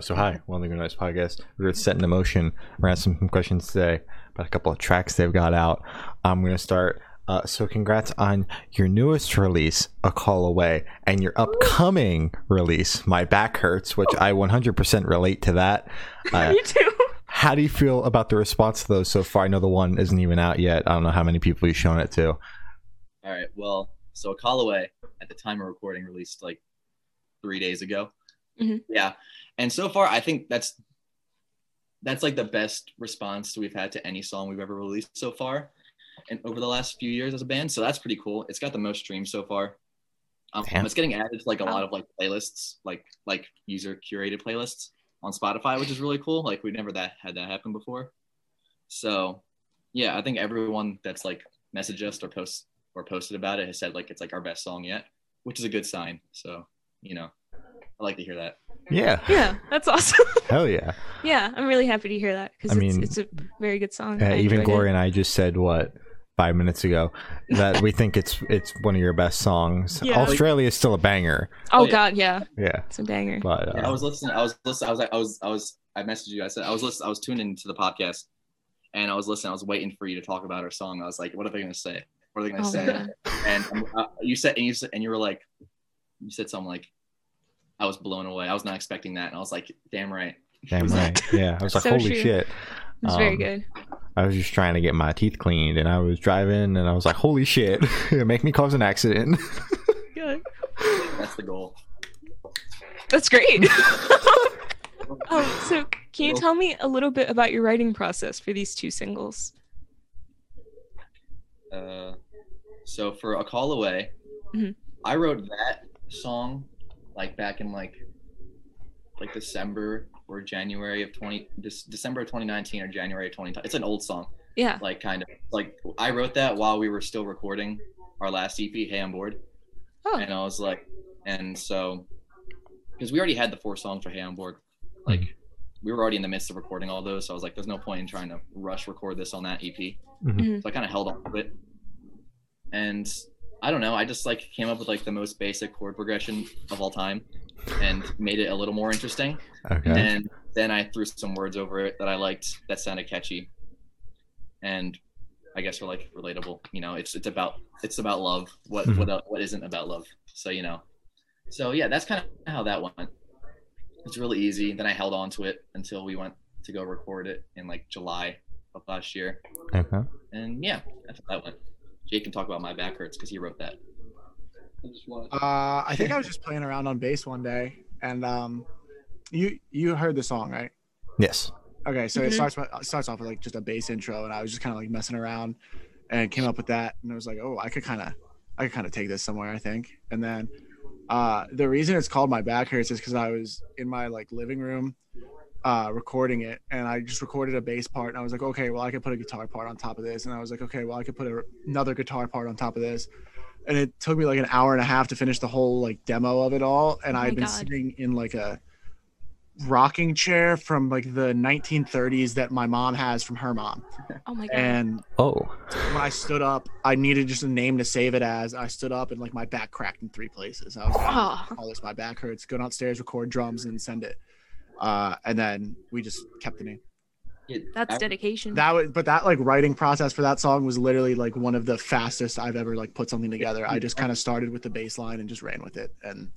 So hi, welcome to Nice Podcast. We're gonna set in emotion. We're asking some questions today about a couple of tracks they've got out. I'm gonna start. Uh, so congrats on your newest release, A Call Away, and your upcoming release, My Back Hurts, which I 100% relate to that. Uh, Me too. how do you feel about the response to those so far? I know the one isn't even out yet. I don't know how many people you've shown it to. All right. Well, so Callaway at the time of recording released like three days ago. Mhm. Yeah, and so far I think that's that's like the best response we've had to any song we've ever released so far, and over the last few years as a band. So that's pretty cool. It's got the most streams so far. Um, Damn. It's getting added to like a Wow. lot of like playlists, like like user curated playlists on Spotify, which is really cool. Like we never that had that happen before. So yeah, I think everyone that's like messaged us or post or posted about it has said like it's like our best song yet, which is a good sign. So you know, I like to hear that. Yeah, Yeah, that's awesome. hell yeah. yeah, I'm really happy to hear that because I it's, mean, it's a very good song. Uh, I even enjoyed it. Gloria and I just said what five minutes ago that we think it's it's one of your best songs. Yeah. Australia is still a banger. Oh, Oh, yeah. God, yeah, Yeah, it's a banger. but Yeah, I uh, was listening. I was listening. I was. I was. I was. I messaged you. I said I was listening. I was tuning into the podcast, and I was listening. I was waiting for you to talk about our song. I was like, what are they gonna say? What are they gonna Oh, my say? God. And uh, you said, and you said, and you were like, you said something like, I was blown away. I was not expecting that, and I was like, damn right. damn right. Yeah, I was like, So holy true. shit. It's very Um, good. I was just trying to get my teeth cleaned, and I was driving, and I was like, holy shit, make me cause an accident. Good. That's the goal. That's great. um, so, can you tell me a little bit about your writing process for these two singles? Uh, so for a call away, Mhm. I wrote that song like back in like like December or January of twenty this December of twenty nineteen or January of twenty. It's an old song, Yeah. like kind of like I wrote that while we were still recording our last EP, Hey I'm Bored, Oh, and I was like, and so because we already had the four songs for Hey I'm Bored, like we were already in the midst of recording all those, so I was like, there's no point in trying to rush record this on that EP. Mm-hmm. Mhm. So I kind of held on to it. And I don't know, I just like came up with like the most basic chord progression of all time and made it a little more interesting. okay. And then I threw some words over it that I liked that sounded catchy. And I guess are like relatable. You know, it's it's about it's about love. What Mhm. what el- what isn't about love? So you know, so yeah, that's kind of how that went. It's really easy. Then I held on to it until we went to go record it in like July of last year. okay. And yeah, that's how that went. Jake can talk about my back hurts because he wrote that. Uh, I think I was just playing around on bass one day, and um, you you heard the song right? Yes. Okay, so Mhm. it starts with- it starts off with like just a bass intro, and I was just kind of like messing around, and came up with that, and I was like, oh, I could kind of I could kind of take this somewhere, I think. And then uh, the reason it's called my back hurts is because I was in my like living room uh, recording it, and I just recorded a bass part, and I was like, okay, well I could put a guitar part on top of this, and I was like, okay, well I could put a, another guitar part on top of this. And it took me like an hour and a half to finish the whole like demo of it all, and Oh my I've been God. sitting in like a rocking chair from like the 1930s that my mom has from her mom, oh my God. and Oh, when I stood up, I needed just a name to save it as. I stood up and like my back cracked in three places. I was like, Ah. all this, my back hurts. Go downstairs, record drums, and send it. Uh, and then we just kept the name. That's I- dedication. That was, but that like writing process for that song was literally like one of the fastest I've ever like put something together. I just kind of started with the bass line and just ran with it and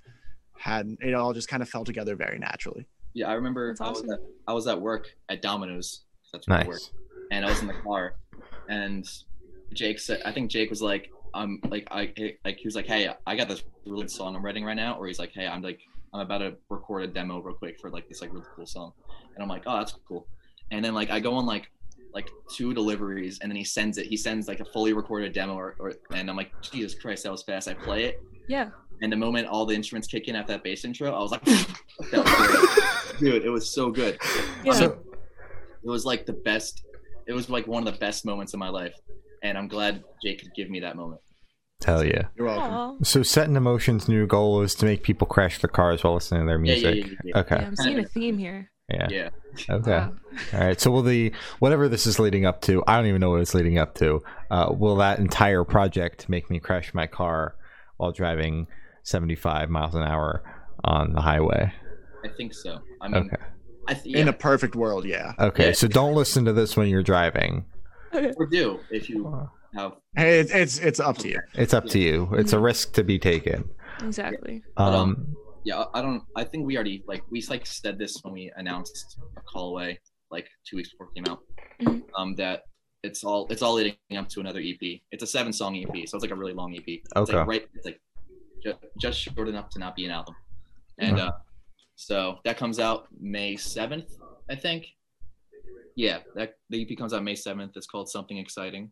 had it all just kind of fell together very naturally. Yeah, I remember That's I was awesome. at I was at work at Domino's. That's where I work. nice. and I was in the car, and Jake said, I think Jake was like, I'm like, I he- like he was like, hey, I got this really good song I'm writing right now, or he's like, hey, I'm like, I'm about to record a demo real quick for like this like really cool song, and I'm like, oh, that's cool, and then like I go on like like two deliveries, and then he sends it, he sends like a fully recorded demo, or, or and I'm like, Jesus Christ, that was fast. I play it, yeah. and the moment all the instruments kick in after that bass intro, I was like, that was great. dude, it was so good Yeah. So, it was like the best it was like one of the best moments in my life and i'm glad jake could give me that moment hell yeah. You're welcome. Aw. So, Setting Emotion's new goal is to make people crash their cars while listening to their yeah, music. yeah, yeah, yeah, yeah. Yeah, Okay. I'm seeing a theme here. Yeah. Yeah. Okay. Wow. All right. So will the whatever this is leading up to, I don't even know what it's leading up to. Uh, will that entire project make me crash my car while driving 75 miles an hour on the highway? I think so. I mean, Okay. I th- In yeah, a perfect world, yeah. Okay. Yeah. So don't listen to this when you're driving. or do if you have. Hey, it's it's, it's up to you. It's up to you. It's a risk to be taken. Exactly. Um, Yeah, I I don't. I think we already like we like said this when we announced a call away like two weeks before it came out. Mhm. Um, that it's all it's all leading up to another EP. It's a seven song EP, so it's like a really long EP. It's Okay. like right, it's like ju- just short enough to not be an album. And Mhm. uh, so that comes out May seventh, I think. Yeah, that the EP comes out May seventh. It's called Something Exciting.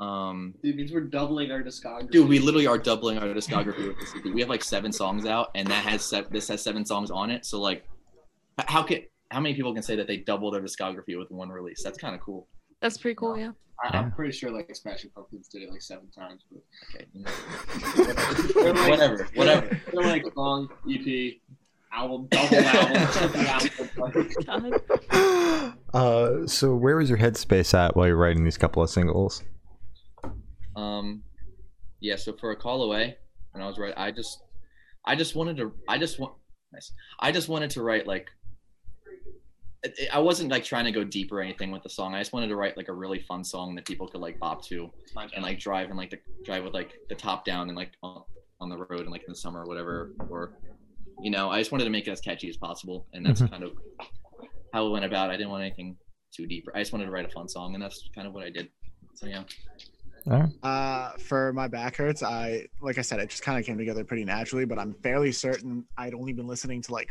Um, Dude, means we're doubling our discography. Dude, we literally are doubling our discography with this EP. We have like seven songs out, and that has se- this has seven songs on it. So like, h- how can how many people can say that they doubled their discography with one release? That's kind of cool. That's pretty cool. Yeah. I, I'm pretty sure like Smashing Pumpkins did it like seven times. But Okay. They're Um, like- whatever, whatever. They're like long EP, album, double album, triple album. God. uh, so where was your headspace at while you're writing these couple of singles? Um, yeah. So for a call away, when I was right, I just, I just wanted to, I just want, nice. I just wanted to write like, it- it- I wasn't like trying to go deep or anything with the song. I just wanted to write like a really fun song that people could like bop to. and like drive and like the drive with like the top down and like on, on the road and like in the summer or whatever or you know i just wanted to make it as catchy as possible and that's Mhm. kind of how it went about i didn't want anything too deep i just wanted to write a fun song and that's kind of what i did so yeah Uh, for my back hurts, I like I said, it just kind of came together pretty naturally. But I'm fairly certain I'd only been listening to like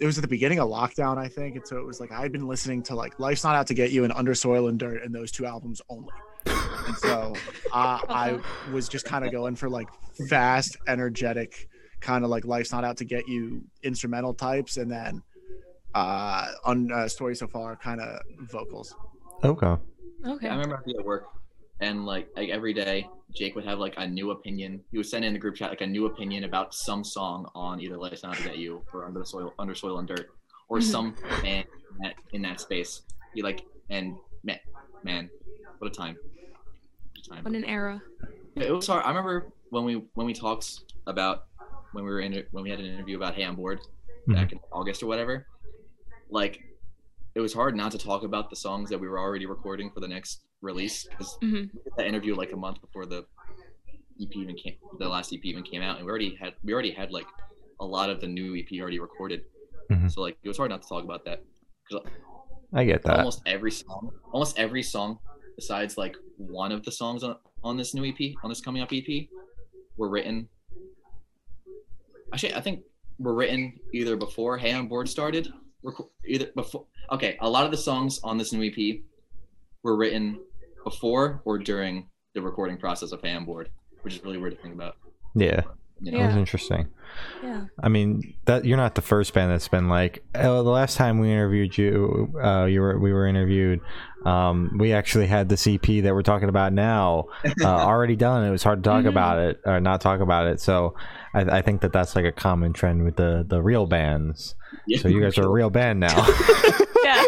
it was at the beginning of lockdown, I think, and so it was like I'd been listening to like Life's Not Out to Get You and Under Soil and Dirt and those two albums only. And so uh, I was just kind of going for like fast, energetic, kind of like Life's Not Out to Get You instrumental types, and then uh on uh, story so far kind of vocals Okay. Okay. i remember i'd be at work and like, like every day jake would have like a new opinion he would send in the group chat like a new opinion about some song on either let's not get you or under the soil under soil and dirt or Mhm. some man in that, in that space he like and man, man what a time What a time What an era. yeah, it was hard. I remember when we when we talked about when we were in when we had an interview about Hey I'm bored back in August or whatever. Like, it was hard not to talk about the songs that we were already recording for the next release because Mhm. we did that interview like a month before the EP even came, the last EP even came out, and we already had we already had like a lot of the new EP already recorded. Mhm. So like, it was hard not to talk about that. I get that. Almost every song, almost every song, besides like one of the songs on, on this new EP, on this coming up EP, were written. Actually, I think were written either before Hey on Board started, reco- either before. Okay, a lot of the songs on this new EP were written before or during the recording process of Hey on Board, which is really weird to think about. yeah. You know? That was Yeah. interesting. Yeah. I mean, that you're not the first band that's been like. Oh, the last time we interviewed you, uh, you were we were interviewed. Um, we actually had this EP that we're talking about now uh, already done. It was hard to talk Mhm. about it or not talk about it. So, I, I think that that's like a common trend with the the real bands. Yeah. So you guys are a real band now. Yeah.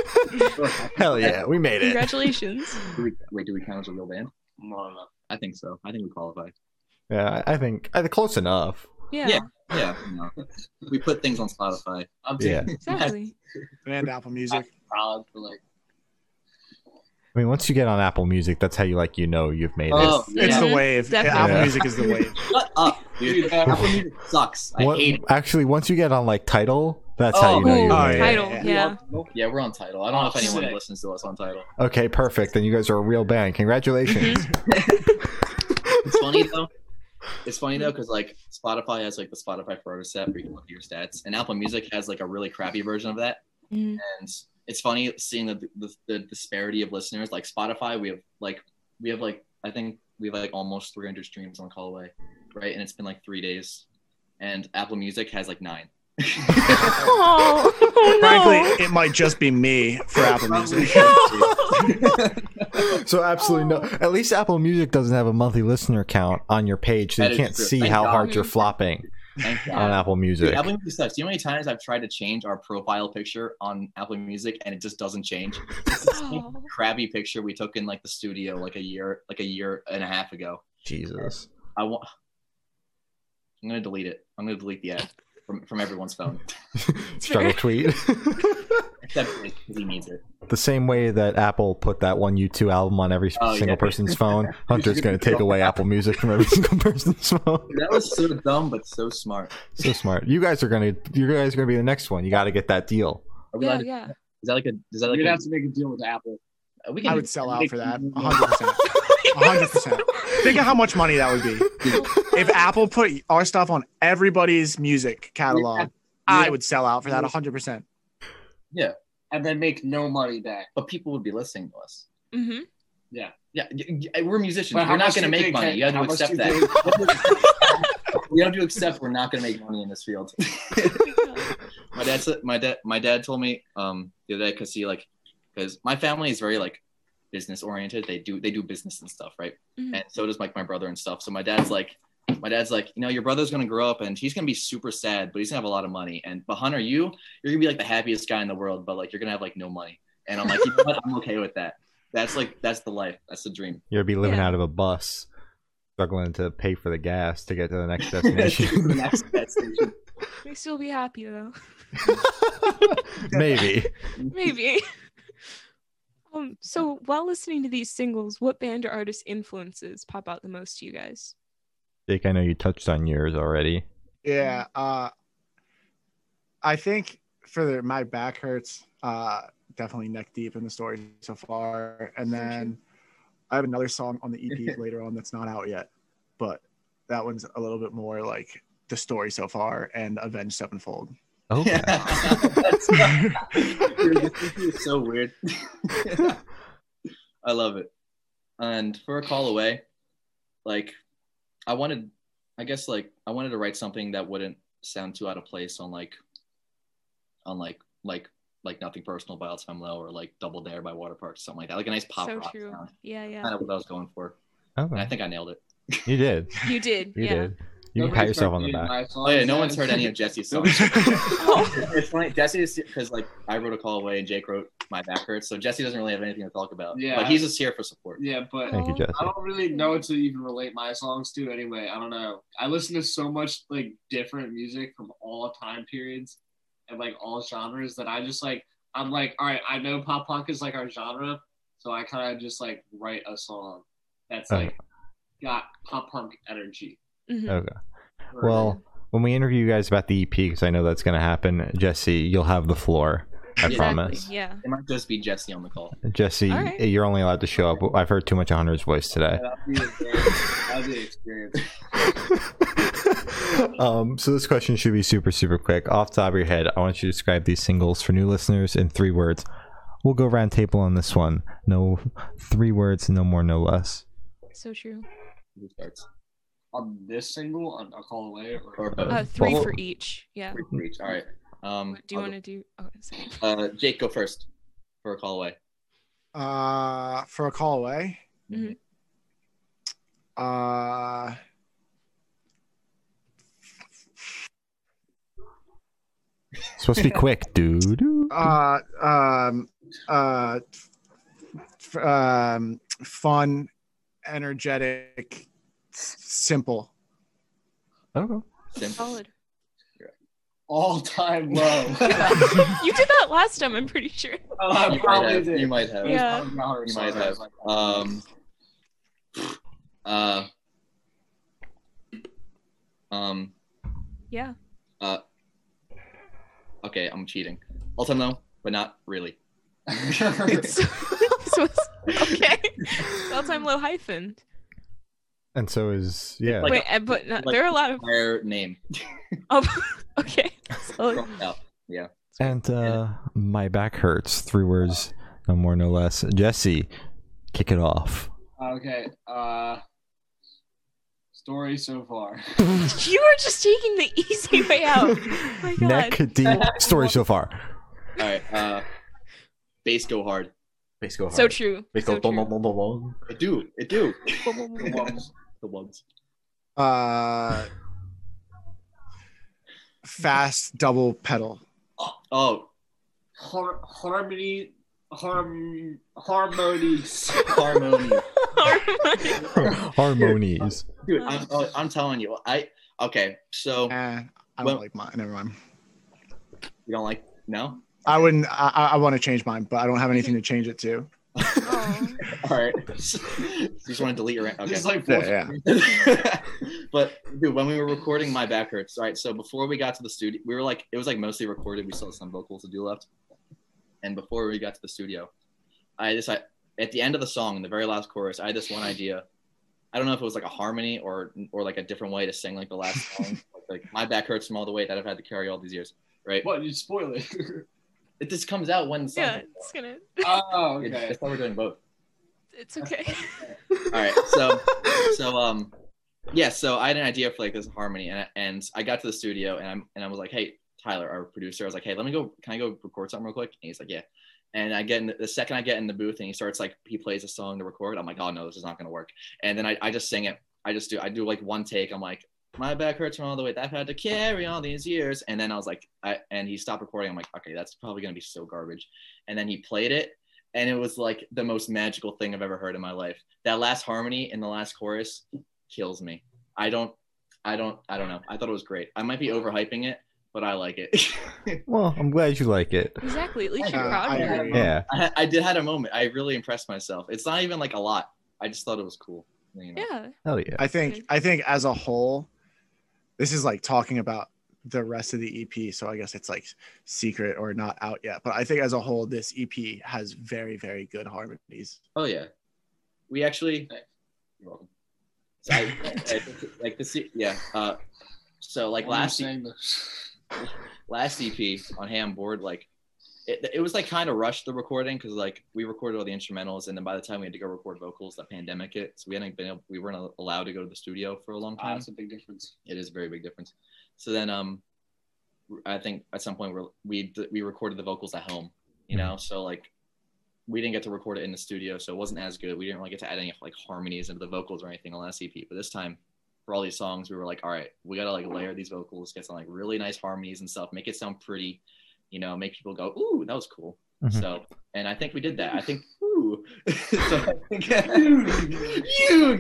Hell yeah, we made it. Congratulations. Do we, wait, do we count as a real band? No, no, no. I think so. I think we qualify. Yeah, I I think I think close enough. Yeah. Yeah. Yeah, you know. we put things on Spotify. I'm Yeah. taking Exactly. and apple music proud for like. I mean, once you get on Apple Music, that's how you like you know you've made it. Oh, it's yeah. the wave Definitely. apple Yeah. music is the wave Shut up, dude. Dude, Apple Music sucks. I What- hate it. actually, once you get on like title, that's how Oh, you know Ooh, you've Oh, made it. title. yeah. Yeah. Yeah, we're on title. I don't know if anyone Sick. listens to us on title. Okay, perfect. Then you guys are a real band. Congratulations. Mm-hmm. It's funny though. It's funny though because like Spotify has like the Spotify for Artists app where you can look at your stats, and Apple Music has like a really crappy version of that. Mm. Mhm. And it's funny seeing the, the the disparity of listeners. Like Spotify, we have like we have like I think we have like almost 300 streams on Callaway, right? And it's been like three days, and Apple Music has like nine. Oh, oh, no. Frankly, it might just be me for Apple Music. so absolutely no. At least Apple Music doesn't have a monthly listener count on your page, so That you is can't true. see Thank how God. hard you're flopping Thank God. on Apple Music. Dude, Apple Music sucks. Do you know how many times I've tried to change our profile picture on Apple Music and it just doesn't change? It's the same Oh. crabby picture we took in like the studio like a year, like a year and a half ago. Jesus. I want. I'm gonna delete it. I'm gonna delete the app. from, from everyone's phone. Struggle tweet. Except Jake, 'cause he needs it. the same way that Apple put that one U2 album on every Oh, single yeah. person's phone, Hunter's going to take away Apple Music from every single person's phone. That was so dumb, but so smart. So smart. You guys are going to you guys are going to be the next one. You got to get that deal. Are we Yeah, allowed to- yeah. Is that like a? Is that like You'd a? have to make a deal with Apple. uh, we I can. would sell out for that. 100%. 100%. Think of how much money that would be. If Apple put our stuff on everybody's music catalog, I would sell out for that 100%. and then make no money back. but people would be listening to us. hmm Yeah, y- y- we're musicians. But how we're not much going to do you make think money. that- you have to how much accept do that. you you have to accept we're not going to make money in this field. my dad said my dad my dad told me um the other day because he like because my family is very like business oriented they do they do business and stuff right Mhm. and so does like my brother and stuff so my dad's like my dad's like you know your brother's gonna grow up and he's gonna be super sad but he's gonna have a lot of money and but hunter you you're gonna be like the happiest guy in the world but like you're gonna have like no money and i'm like you know what? i'm okay with that that's like that's the life that's the dream You'll be living Yeah. out of a bus, struggling to pay for the gas to get to the next The destination. next best station. We still be happy though. Maybe. Maybe. um, so while listening to these singles, what band or artist influences pop out the most to you guys? Jake, I know you touched on yours already. Yeah. Uh, I think for the, my back hurts, uh, definitely neck deep in the story so far. And So then I have another song on the EP later on that's not out yet, but that one's a little bit more like the story so far and Avenged Sevenfold. Oh, That's- Dude, this movie is so weird. I love it. And for a call away, like I wanted, I guess like I wanted to write something that wouldn't sound too out of place on like, on like like like nothing personal by Altamlo or like Double Dare by Water Park, something like that, like a nice pop Uh, so rock true. sound. Yeah, yeah. Kind of what I was going for, and I okay. think I nailed it. Oh, You did. You did. You yeah. did. You can Nobody's pat yourself heard on the any of back. my songs Oh yeah, no yet. one's heard any of Jesse's songs. it's funny, Jesse is because like I wrote a call away and Jake wrote my back hurts, so Jesse doesn't really have anything to talk about. Yeah. but he's just here for support. Yeah, but Thank you, Jesse. I don't really know to even relate my songs to anyway. I don't know. I listen to so much like different music from all time periods and like all genres that I just like I'm like, all right, I know pop punk is like our genre, so I kind of just like write a song that's Oh. like got pop punk energy. Mhm. Okay. Well, when we interview you guys about the EP, because I know that's going to happen, Jesse, you'll have the floor. I Exactly, promise. Yeah. It might just be Jesse on the call. Jesse, All right. you're only allowed to show up. I've heard too much of Hunter's voice today. that'd be, a very- that'd be an experience. um, so this question should be super, super quick. Off the top of your head, I want you to describe these singles for new listeners in three words. We'll go round table on this one. No, three words, no more, no less. So true. Who starts? On this single, on A Call Away, Or or both? Uh, three Well- for each. Yeah. Three for each. All right. Um, do you I'll want to do? Oh, sorry. go- Uh, Jake, go first for a call away. Uh, for a call away. Mhm. Uh, It's supposed to be quick, dude. uh, um, uh, f- um, fun, energetic, s- simple. Okay. Simple. Solid. All Time Low. You did that last time, I'm pretty sure. Oh, I You might probably have. did. You might have. Yeah. It was probably You not might her have. song. I was like, Um, uh, um, uh, Yeah. okay, I'm cheating. Ultim though, but not really. Um, So, so it's- okay. All time low hyphen. And so is yeah. Like Wait, a- uh, but not, like- there are a lot of. Fire name. Oh, okay. Solid. No. and uh, my back hurts. Three words, no more, no less. Jesse, kick it off. okay. Uh, story so far. You are just taking the easy way out. my God. Neck deep story so far. All right. Uh, bass go hard. Let's go So true. so true. It do. It do. The ones. The ones. Uh, fast double pedal. Oh, Har- harmony. Harm. Harmonies. harmony. Alright. Harmonies. oh, Dude, I'm, oh, I'm telling you, I okay. So Eh, I I don't Well- like mine. Never mind. You don't like no? I wouldn't. I, I- I want to change mine, but I don't have anything to change it to. Oh. All right. you just want to delete your okay. It's like Yeah, yeah. but dude, when we were recording, my back hurts. Right, so before we got to the studio, we were like, it was like mostly recorded. We still had some vocals to do left, and before we got to the studio, I just I, at the end of the song, the very last chorus, I had this one idea. I don't know if it was like a harmony or or like a different way to sing like the last song. like, like, my back hurts from all the weight that I've had to carry all these years. Right, What you spoil it? it just comes out when the song. yeah, it's gonna. oh, It's- okay. That's why we're doing both. It's okay. All right, so so um, yeah. So I had an idea for like this harmony, and I, and I got to the studio, and I'm and I was like, hey, Tyler, our producer, I was like, hey, let me go. Can I go record something real quick? And he's like, yeah. And I get in the, the second I get in the booth, and he starts like he plays a song to record. I'm like, oh no, this is not gonna work. And then I, I just sing it. I just do I do like one take. I'm like, my back hurts from all the weight that I've had to carry all these years. And then I was like, I, and he stopped recording. I'm like, okay, that's probably gonna be so garbage. And then he played it, and it was like the most magical thing I've ever heard in my life. That last harmony in the last chorus kills me. I don't, I don't, I don't know. I thought it was great. I might be overhyping it, but I like it. Well, I'm glad you like it. exactly. At least you're Uh, I proud of it. agree. Yeah. I, I did had a moment. I really impressed myself. It's not even like a lot. I just thought it was cool. You know? Yeah. Hell yeah. I think. I think as a whole, this is like talking about the rest of the EP. So I guess it's like secret or not out yet. But I think as a whole, this EP has very, very good harmonies. Oh yeah. We actually. You're welcome. So I, I- like this, yeah. Uh, so like Why am I last. saying this? last EP on Ham Board, like it, it was like kind of rushed the recording because like we recorded all the instrumentals and then by the time we had to go record vocals, the pandemic hit, so we hadn't been able, we weren't al- allowed to go to the studio for a long Ah, time. that's a big difference. it is a very big difference. So then, um, I think at some point we're, we d- we recorded the vocals at home, you know, so like we didn't get to record it in the studio, so it wasn't as good. We didn't really get to add any like harmonies into the vocals or anything on last EP, but this time. For all these songs, we were like, all right, we gotta like layer these vocals, get some like really nice harmonies and stuff, make it sound pretty, you know, make people go, ooh, that was cool. Mhm. So, and I think we did that. I think, ooh. so I think, you,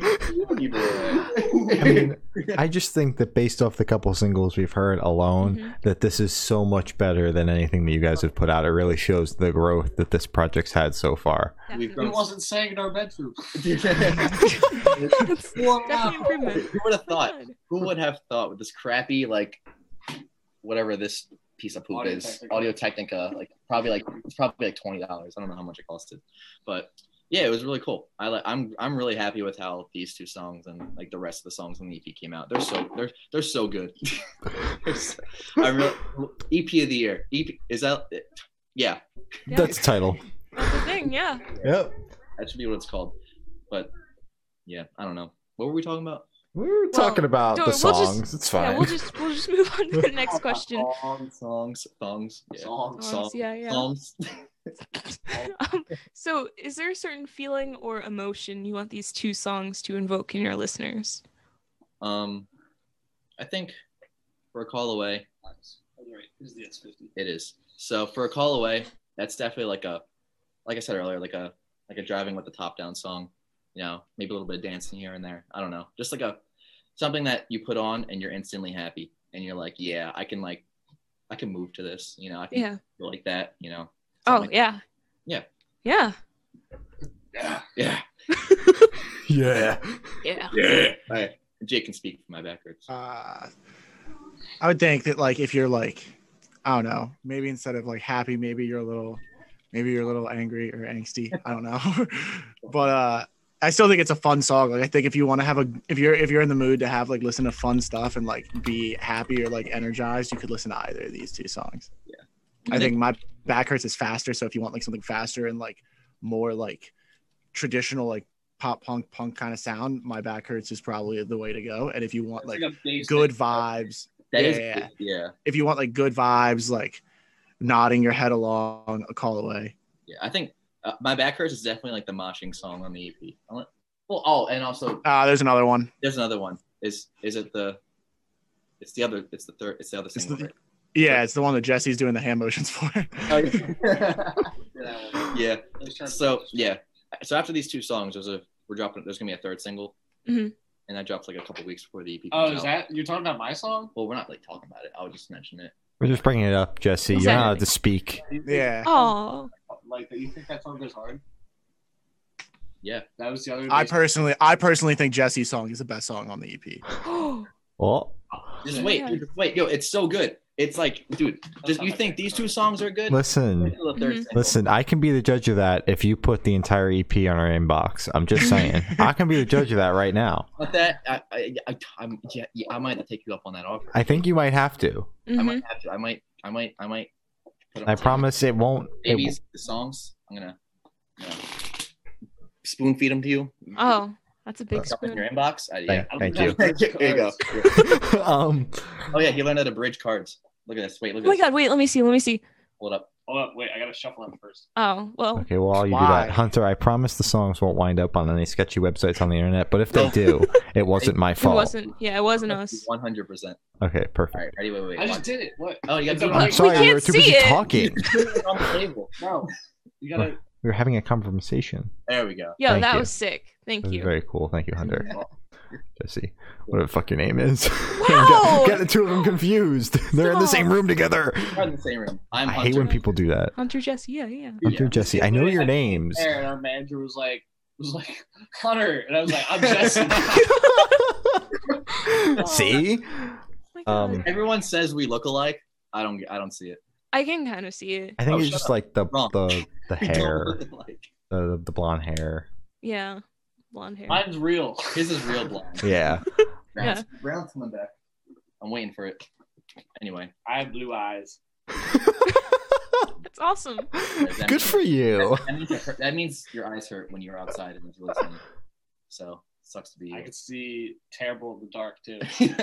you boy. I mean, I just think that based off the couple singles we've heard alone, Mhm. that this is so much better than anything that you guys have put out. It really shows the growth that this project's had so far. We've He grown- wasn't saying in our bedroom. Definitely. That's definitely Wow. improvement. Who would have thought? God. Who would have thought with this crappy, like, whatever this piece of poop Audio is, Technica. Audio Technica, like, probably like, it's probably like $20. I don't know how much it costed, but yeah, it was really cool. I like, I'm, I'm really happy with how these two songs and like the rest of the songs on the EP came out. They're so, they're, they're so good. They're so- I really, EP of the year. EP, is that, yeah, Yeah. That's the title. That's the thing. Yeah. Yep. that should be what it's called. But yeah, I don't know. What were we talking about? We were talking about don't the worry, we'll just- songs. it's fine. Yeah. We'll just we'll just move on to the next question. Songs, songs, songs, yeah. Songs. songs, Yeah. Yeah. songs. um, so is there a certain feeling or emotion you want these two songs to invoke in your listeners Um, I think for a call away, Alright, here's the S50. it is. So for a call away, that's definitely like a, like I said earlier, like a like a driving with the top down song. You know, maybe a little bit of dancing here and there. I don't know, just like a something that you put on and you're instantly happy and you're like, yeah, I can like, I can move to this. You know, I can yeah feel like that. You know. oh Something- yeah Yeah. yeah Yeah. Yeah. yeah. yeah Yeah. All right. Jake can speak for my backwards. Uh, I would think that like if you're like, I don't know, maybe instead of like happy, maybe you're a little, maybe you're a little angry or angsty. I don't know, but uh, I still think it's a fun song. Like I think if you want to have a, if you're if you're in the mood to have like listen to fun stuff and like be happy or like energized, you could listen to either of these two songs. I think my back hurts is faster, so if you want like something faster and like more like traditional like pop punk punk kind of sound, my back hurts is probably the way to go. And if you want like a basic- good vibes. That is- yeah. yeah. If you want like good vibes, like nodding your head along, a call away. Yeah, I think uh, my back hurts is definitely like the moshing song on the E EP. I want- Well, oh, and also Ah, there's another one. there's another one. Is is it the? It's the other. It's the third. It's the other It's single. the- right? Yeah, it's the one that Jesse's doing the hand motions for. Yeah. yeah. Let's try- So yeah. So after these two songs, there's a we're dropping. There's gonna be a third single, Mhm. and that drops like a couple weeks before the EP. Oh, comes is out. that you're talking about my song? Well, we're not like talking about it. I was just mentioning it. We're just bringing it up, Jesse. You're not allowed to Exactly. speak. You think- Yeah. Oh, Like that. You think that song goes hard? Yeah. That was the other. I bass- personally, I personally think Jesse's song is the best song on the E EP. Mm-hmm. Well, Just wait, Yeah. dude, just wait, yo, it's so good. It's like, dude, just, not you my think favorite these song. two songs are good? Wait listen, till the third Mhm. single. listen. I can be the judge of that if you put the entire EP on our inbox. I'm just saying. I can be the judge of that right now. But that, I, I, I, I'm, yeah, yeah, I might have to take you up on that offer. I think you might have to. I Mhm. might have to. I might, I might, I might. put it I on- promise it won't. It Babies, the songs. I'm gonna, you know, spoon feed them to you. oh, that's a big Drop it in spoon. your inbox. I, yeah. Thank- thank you. there you go. won't- um, Oh yeah, he learned how to bridge cards. Look at this. Wait, Oh look at my this. god, wait, let me see, let me see. Hold up. Hold up, wait. I gotta shuffle them first. Oh, well, okay, well, you do Why? that, Hunter. I promise the songs won't wind up on any sketchy websites on the internet. But if they do, it wasn't my it fault. wasn't. Yeah, it wasn't us. One hundred percent. Okay, All perfect. right, ready? Wait, wait. I wait. just did it. What? Oh, you got It's to do a it on- I'm mic. sorry, can't we were too see busy it. talking. put it on the table. No, you gotta. We were having a conversation. There we go. Yo, Thank that you. was sick. It Thank was you. very cool. Thank you, Hunter. Yeah. Jesse, whatever the fuck your name is. Wow! got, got the two of them confused. They're in the same room together. We're in the same room. I'm I hate Hunter. when people do that. Hunter Jesse, yeah, yeah. Oh I'm through Jesse. I know your names. There, and our manager was like, was like Hunter, and I was like, I'm Jesse. See? Oh my God. Um, Everyone says we look alike. I don't. I don't see it. I can kind of see it. I think Oh, it's shut just up. like the Wrong. the the We don't hair, look alike. the, the blonde hair. Yeah, blonde hair. Mine's real. His is real blonde. Yeah. Yeah. Brown's coming back. I'm waiting for it. Anyway, I have blue eyes. That's awesome. Good for you. that means, it hurt- that means your eyes hurt when you're outside and it's really sunny. So sucks to be I you. can see terrible in the dark too. you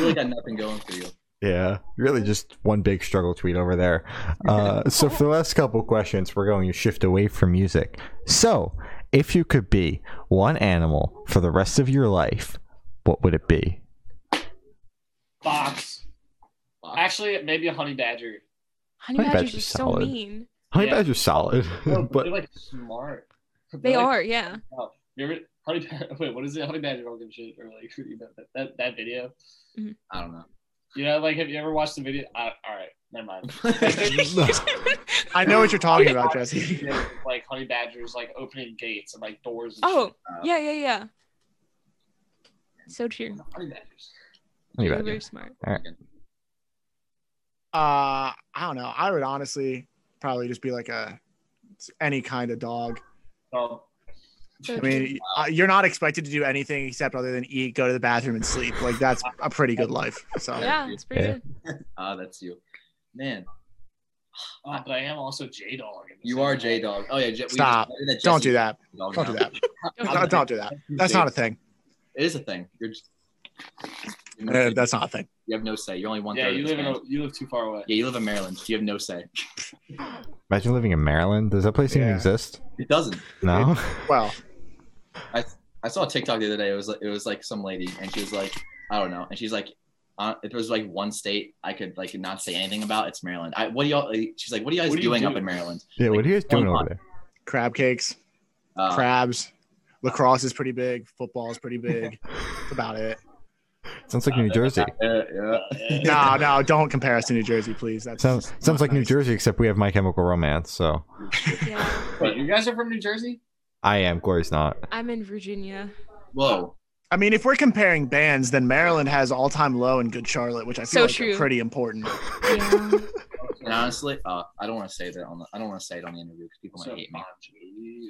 really got nothing going for you. Yeah, really just one big struggle tweet over there. Uh, so, for the last couple questions, we're going to shift away from music. So, if you could be one animal for the rest of your life, what would it be? Fox. Fuck. Actually, maybe a honey badger. Honey Honey badgers badger's are so solid. mean. Honey Yeah. badger's solid, No, but they're like smart. They They're, like, are, yeah. You ever, honey, Bad- wait, what is it? Honey Badger don't give a shit, or like you know, that, that that video. I don't know. You know, like have you ever watched the video? I, all right, never mind. I know what you're talking about, Jesse. Video of, like honey badgers like opening gates and like doors. And oh, Uh, yeah, yeah, yeah. So true. shit. honey badgers. honey They're badger. very smart. Uh, I don't know. I would honestly probably just be like a any kind of dog. So So I true. mean, uh, you're not expected to do anything except other than eat, go to the bathroom, and sleep. Like that's a pretty good life. So yeah, it's pretty Yeah. good. Ah, that's you, man. oh, but I am also J Dog. You are J Dog. Oh yeah, Je- we Stop. just- that don't Jesse- do that. Dog Don't do now. that. No, don't do that. That's not a thing. It is a thing. You're just, you have no Uh, say. that's not a thing. You have no say. You're only one Yeah, third. you of this live in a, man. you live too far away. Yeah, you live in Maryland. You have no say. Imagine living in Maryland. Does that place even Yeah. exist? It doesn't. No. Well, I saw a TikTok the other day. It was like it was like some lady, and she was like, I don't know, and she's like, uh, if there was like one state I could like not say anything about, it's Maryland. I, what do y'all? like, She's like, what are you guys What do you doing up do? in Maryland? yeah. What are you guys doing Like, over there? crab cakes, Uh, crabs, lacrosse is pretty big. Football is pretty big. That's about it. Sounds like New Jersey. yeah, Uh, yeah. No, no, don't compare us to New Jersey, please. That's Sounds sounds like New nice. Jersey, except we have My Chemical Romance. So Yeah, Wait, you guys are from New Jersey? I am. Corey's not. I'm in Virginia. Whoa. I mean, if we're comparing bands, then Maryland has All Time Low and Good Charlotte, which I So feel like true. are pretty important. Yeah. And honestly, uh, I don't want to say that on the I don't want to say it on the interview because people might So, hate me. Bon Jovi.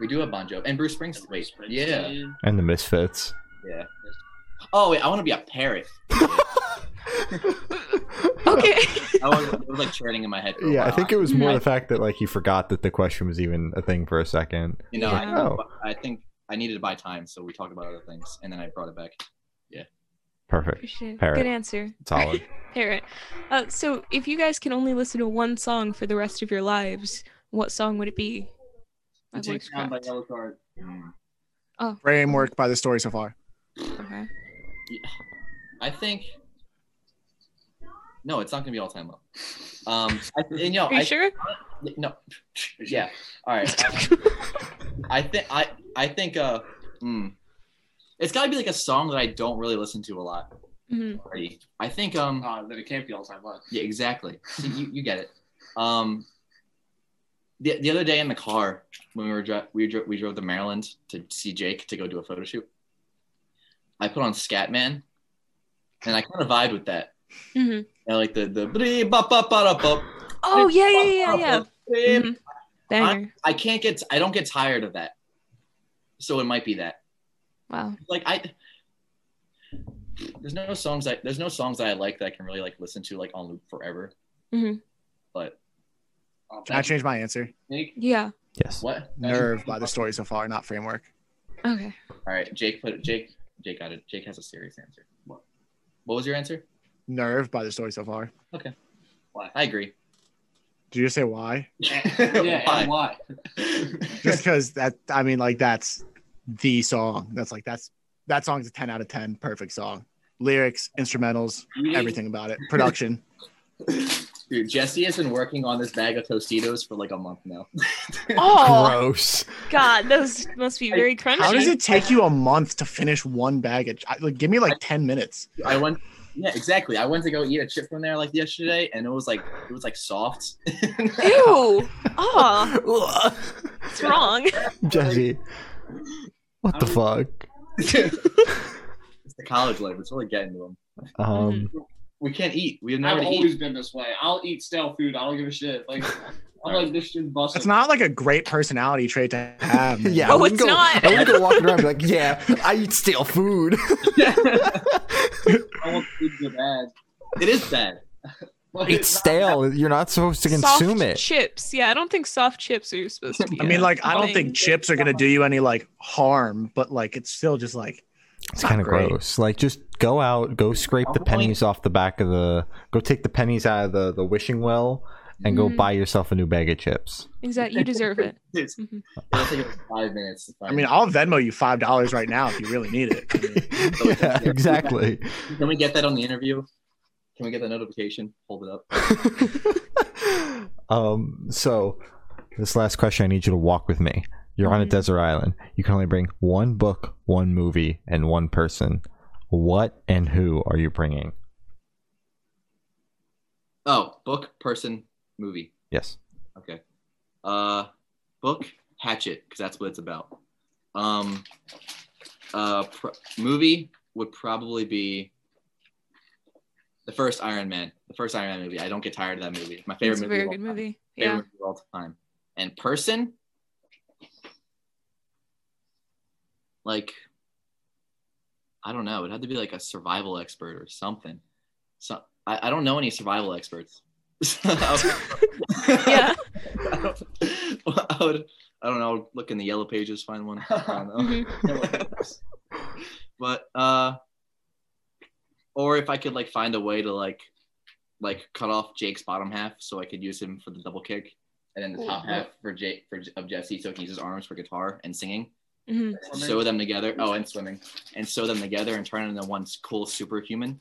We do have Bon Jovi and Bruce Springsteen. Wait, yeah, Springsteen. And the Misfits. yeah. Oh wait, I want to be a parrot. Okay. I was, it was like churning in my head. For a Yeah, I while. think it was Hmm. more the fact that like he forgot that the question was even a thing for a second. you know. Yeah. Oh. I, I think I needed to buy time, so we talked about other things, and then I brought it back. Perfect, Appreciate it. Parrot. Good answer. solid. Parrot. Uh, so, if you guys can only listen to one song for the rest of your lives, what song would it be? My Take voice down by cracked. yellow card. Mm. Framework by the story so far. Okay. I think. No, it's not gonna be all time low. Um, I, and Oh, yo, Are you I, sure? no, yeah, all right. I think I I think uh, mm, It's got to be like a song that I don't really listen to a lot. Mhm. Already. I think um Uh, then it can't be all time low. yeah exactly. See, you, you get it. Um the, the other day in the car when we were dri- we drove we drove to Maryland to see Jake to go do a photo shoot. I put on Scatman, and I kind of vibed with that. Mhm. I like the the blee, bop, bop, bop, bop, Oh yeah, yeah, yeah, yeah. blee, Mhm. Banger. I can't get I don't get tired of that. So it might be that. Wow. Like I there's no songs that there's no songs that I like that I can really like listen to like on loop forever. Mhm. But Um, Can I change my answer? Jake, Yeah. Yes. what? Nerve by the story so far, not framework. Okay. All right, Jake put Jake Jake got it. Jake has a serious answer. What? What was your answer? Nerve by the story so far. I agree. Did you say why? yeah, and Why? why? Just because that I mean, like that's the song. That's like that's that song's a ten out of ten, perfect song. Lyrics, instrumentals, everything about it, production. Dude, Jesse has been working on this bag of Tostitos for like a month now. Oh Gross. God, those must be very crunchy. How does it take you a month to finish one baggage? I, like, give me like ten minutes. I went Yeah, exactly. I went to go eat a chip from there like yesterday and it was like it was like soft. Ew. Oh, it's wrong. Jesse. What Um, the fuck? it's the college life. It's really getting to him. Um, We can't eat. We have I've never to always eat. been this way. I'll eat stale food. I don't give a shit. Like I'm like this shit busted. It's not like a great personality trait to have. man. yeah. No, I wouldn't mm-hmm. Oh, it's go, not. I wouldn't go walking around and be like, yeah, I eat stale food. I want food so bad. It is bad. Like, it's stale. You're not supposed to consume soft it. Chips. Yeah, I don't think soft chips are supposed to be. I mean, a like, I don't thing. think chips are gonna do you any like harm, but like, it's still just like It's kind of not great. gross. Like, just go out, go scrape the Probably- pennies off the back of the, go take the pennies out of the, the wishing well and go Mhm. buy yourself a new bag of chips. Exactly. You deserve it. It's, Mhm. it'll take us five minutes to find. I mean, I'll Venmo you five dollars right now if you really need it. I mean, yeah, exactly. can we get that on the interview? Can we get that notification? Hold it up. um, so this last question, I need you to walk with me. You're on a Mhm. desert island. You can only bring one book, one movie, and one person. What and who are you bringing? Oh, book, person, movie. Yes. Okay. Uh, book, Hatchet, because that's what it's about. Um, uh, pr- movie would probably be the first Iron Man. The first Iron Man movie. I don't get tired of that movie. It's my favorite It's a movie. very of all good time. movie. favorite Yeah. movie of all time. And person, like, I don't know. It had to be like a survival expert or something. So I, I don't know any survival experts. So- Yeah. I don't, I, would, I don't know. Look in the yellow pages, find one. I don't know. Mhm. but uh, or if I could like find a way to like, like cut off Jake's bottom half so I could use him for the double kick, and then the top half for Jake for of Jesse so he can use his arms for guitar and singing. Mhm. Sew them together. Oh, and swimming, and sew them together and turn into one cool superhuman.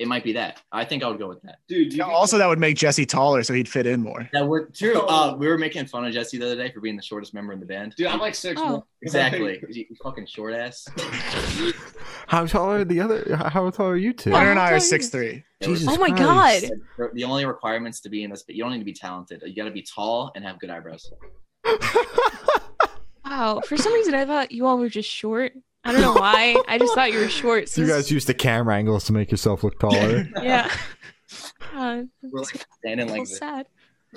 It might be that. I think I would go with that. dude. You yeah, can- also, that would make Jesse taller, so he'd fit in more. That would true. Uh, we were making fun of Jesse the other day for being the shortest member in the band. dude, I'm like six. Oh. more. Exactly. you fucking short ass. How tall are the other? How tall are you two? Well, Hunter and I how are tall are you? six three. Jesus Oh my Christ. God. The only requirements to be in this, but you don't need to be talented. You got to be tall and have good eyebrows. Wow. For some reason, I thought you all were just short. I don't know why. I just thought you were short. So You this- guys use the camera angles to make yourself look taller. Yeah. God, We're like standing it's like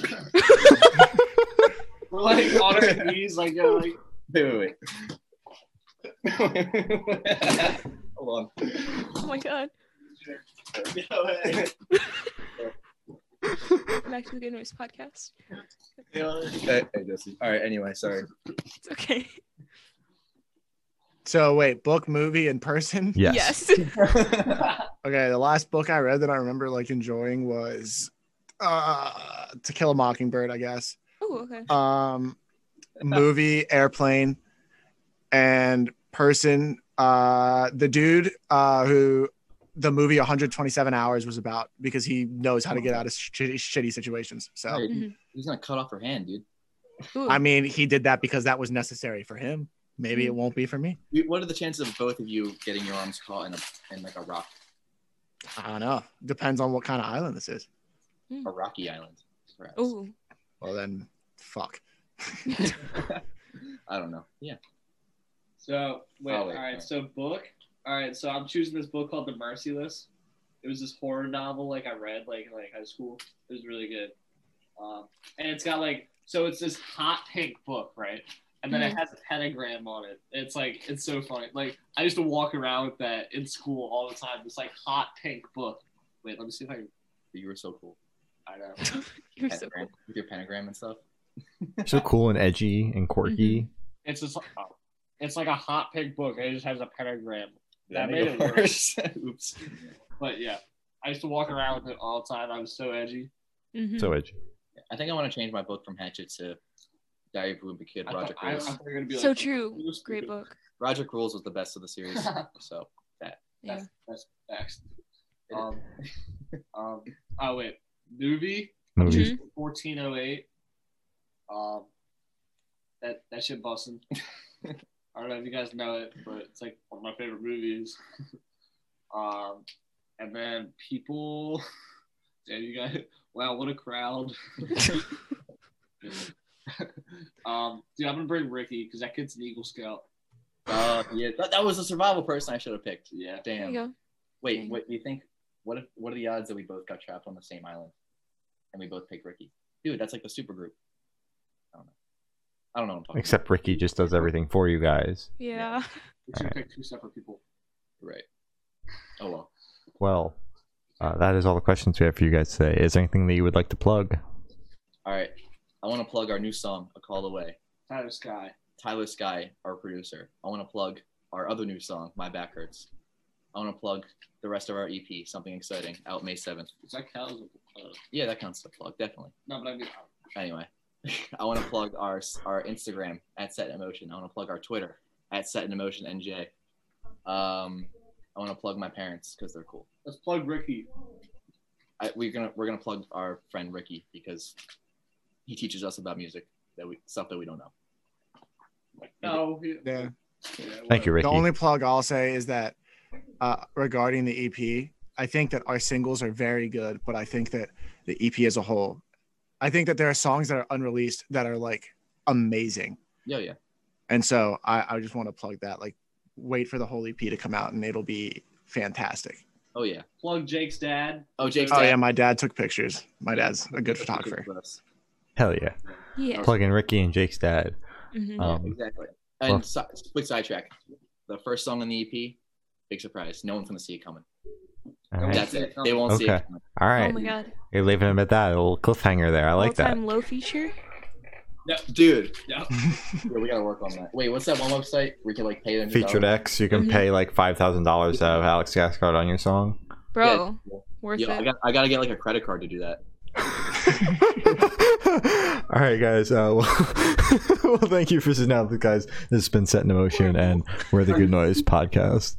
all this. sad. We're like on our knees, like yo, like Wait, wait, wait. Hold on. Oh my god. yo, Back to the Good Noise podcast. yo. Hey, hey, Jesse. All right. Anyway, sorry. It's okay. So wait, book, movie, and person. yes. Okay, the last book I read that I remember like enjoying was uh To Kill a Mockingbird, I guess. Oh, okay. Um movie, airplane, and person. Uh the dude uh who the movie 127 hours was about because he knows how to get out of shitty, shitty situations. So Hey, He's gonna cut off her hand, dude. Ooh. I mean, he did that because that was necessary for him. Maybe it won't be for me. You- What are the chances of both of you getting your arms caught in a in like a rock I don't know. Depends on what kind of island this is. a rocky island? Perhaps. Oh, Well then, fuck. I don't know. Yeah. So wait, Oh, all wait, right. no. So book. All right. So I'm choosing this book called The Merciless. It was this horror novel like I read like in like high school. It was really good. Um, and it's got like so it's this hot pink book, right? And then it has a pentagram on it. It's like it's so funny. Like I used to walk around with that in school all the time. This like hot pink book. Wait, let me see if I can. But you were so cool. I know. you're so Pentagram- With your pentagram and stuff. So cool and edgy and quirky. Mm-hmm. It's just oh, it's like a hot pink book. and It just has a pentagram That Did I made it Oops. But yeah, I used to walk around with it all the time. I was so edgy. cool. Mhm. So edgy. I think I want to change my book from Hatchet to Diary of a Wimpy Kid. I Roger thought, I, I Rules. thought you were gonna be So like, true. "Who's Great stupid?" book. Roger Rules was the best of the series. so Yeah. That's, that's facts. Um, um, oh wait, movie Mm-hmm. Movies. fourteen oh eight. Um, that that shit busting. I don't know if you guys know it, but it's like one of my favorite movies. um, and then people. Damn, you guys! Wow, what a crowd. um, dude, I'm gonna bring Ricky because that kid's an Eagle Scout. uh, yeah, that, that was the survival person I should have picked. Yeah. There Damn. you go. Wait, what do you think? What if, what are the odds that we both got trapped on the same island, and we both picked Ricky? Dude, that's like the super group. I don't know. I don't know. What I'm talking Except Ricky just does everything for you guys. Yeah. We should pick two separate people. about. right. Oh well. Well, uh, that is all the questions we have for you guys today. Is there anything that you would like to plug? All right. I want to plug our new song, "A Call Away." Tyler Sky. Tyler Sky, our producer. I want to plug our other new song, "My Back Hurts." I want to plug the rest of our EP, "Something Exciting," out May seventh. Is that cows? Uh, Yeah, that counts as a plug, definitely. no, but I mean, anyway, I want to plug our our Instagram at Set in Emotion. I want to plug our Twitter at Set in Emotion NJ. Um, I want to plug my parents because they're cool. let's plug Ricky. I, we're gonna we're gonna plug our friend Ricky because he teaches us about music that we stuff that we don't know. No. He, Yeah. Thank you, Ricky. The only plug I'll say is that uh, regarding the EP, I think that our singles are very good, but I think that the EP as a whole, I think that there are songs that are unreleased that are like amazing. Yeah, yeah, And so I, I just want to plug that. Like, wait for the whole EP to come out and it'll be fantastic. oh yeah. Plug Jake's dad. Oh Jake's Oh, dad- yeah. My dad took pictures. My dad's a good photographer. with us. Hell yeah. Yeah. Plug in Ricky and Jake's dad. Mhm. Um, yeah, exactly. And well- si- quick sidetrack: the first song on the EP, big surprise. No one's gonna see it coming. all Won't right. That's see it it. They coming. won't see Okay. it coming. All Oh right. my god. You're leaving him at that. A little cliffhanger there. I like that. All-time low feature. Dude, Yeah. Yeah, we gotta work on that. Wait, what's that one website where you can like pay them? Featured dollars? X, you can Mhm. pay like five thousand dollars out of Alex Gascard on your song. Bro, Yeah. worth Yo, I, it. got, I gotta get like a credit card to do that. All right, guys. Uh, well, well, thank you for sitting out, with us, guys. This has been Set in Motion, and we're the Good Noise Podcast.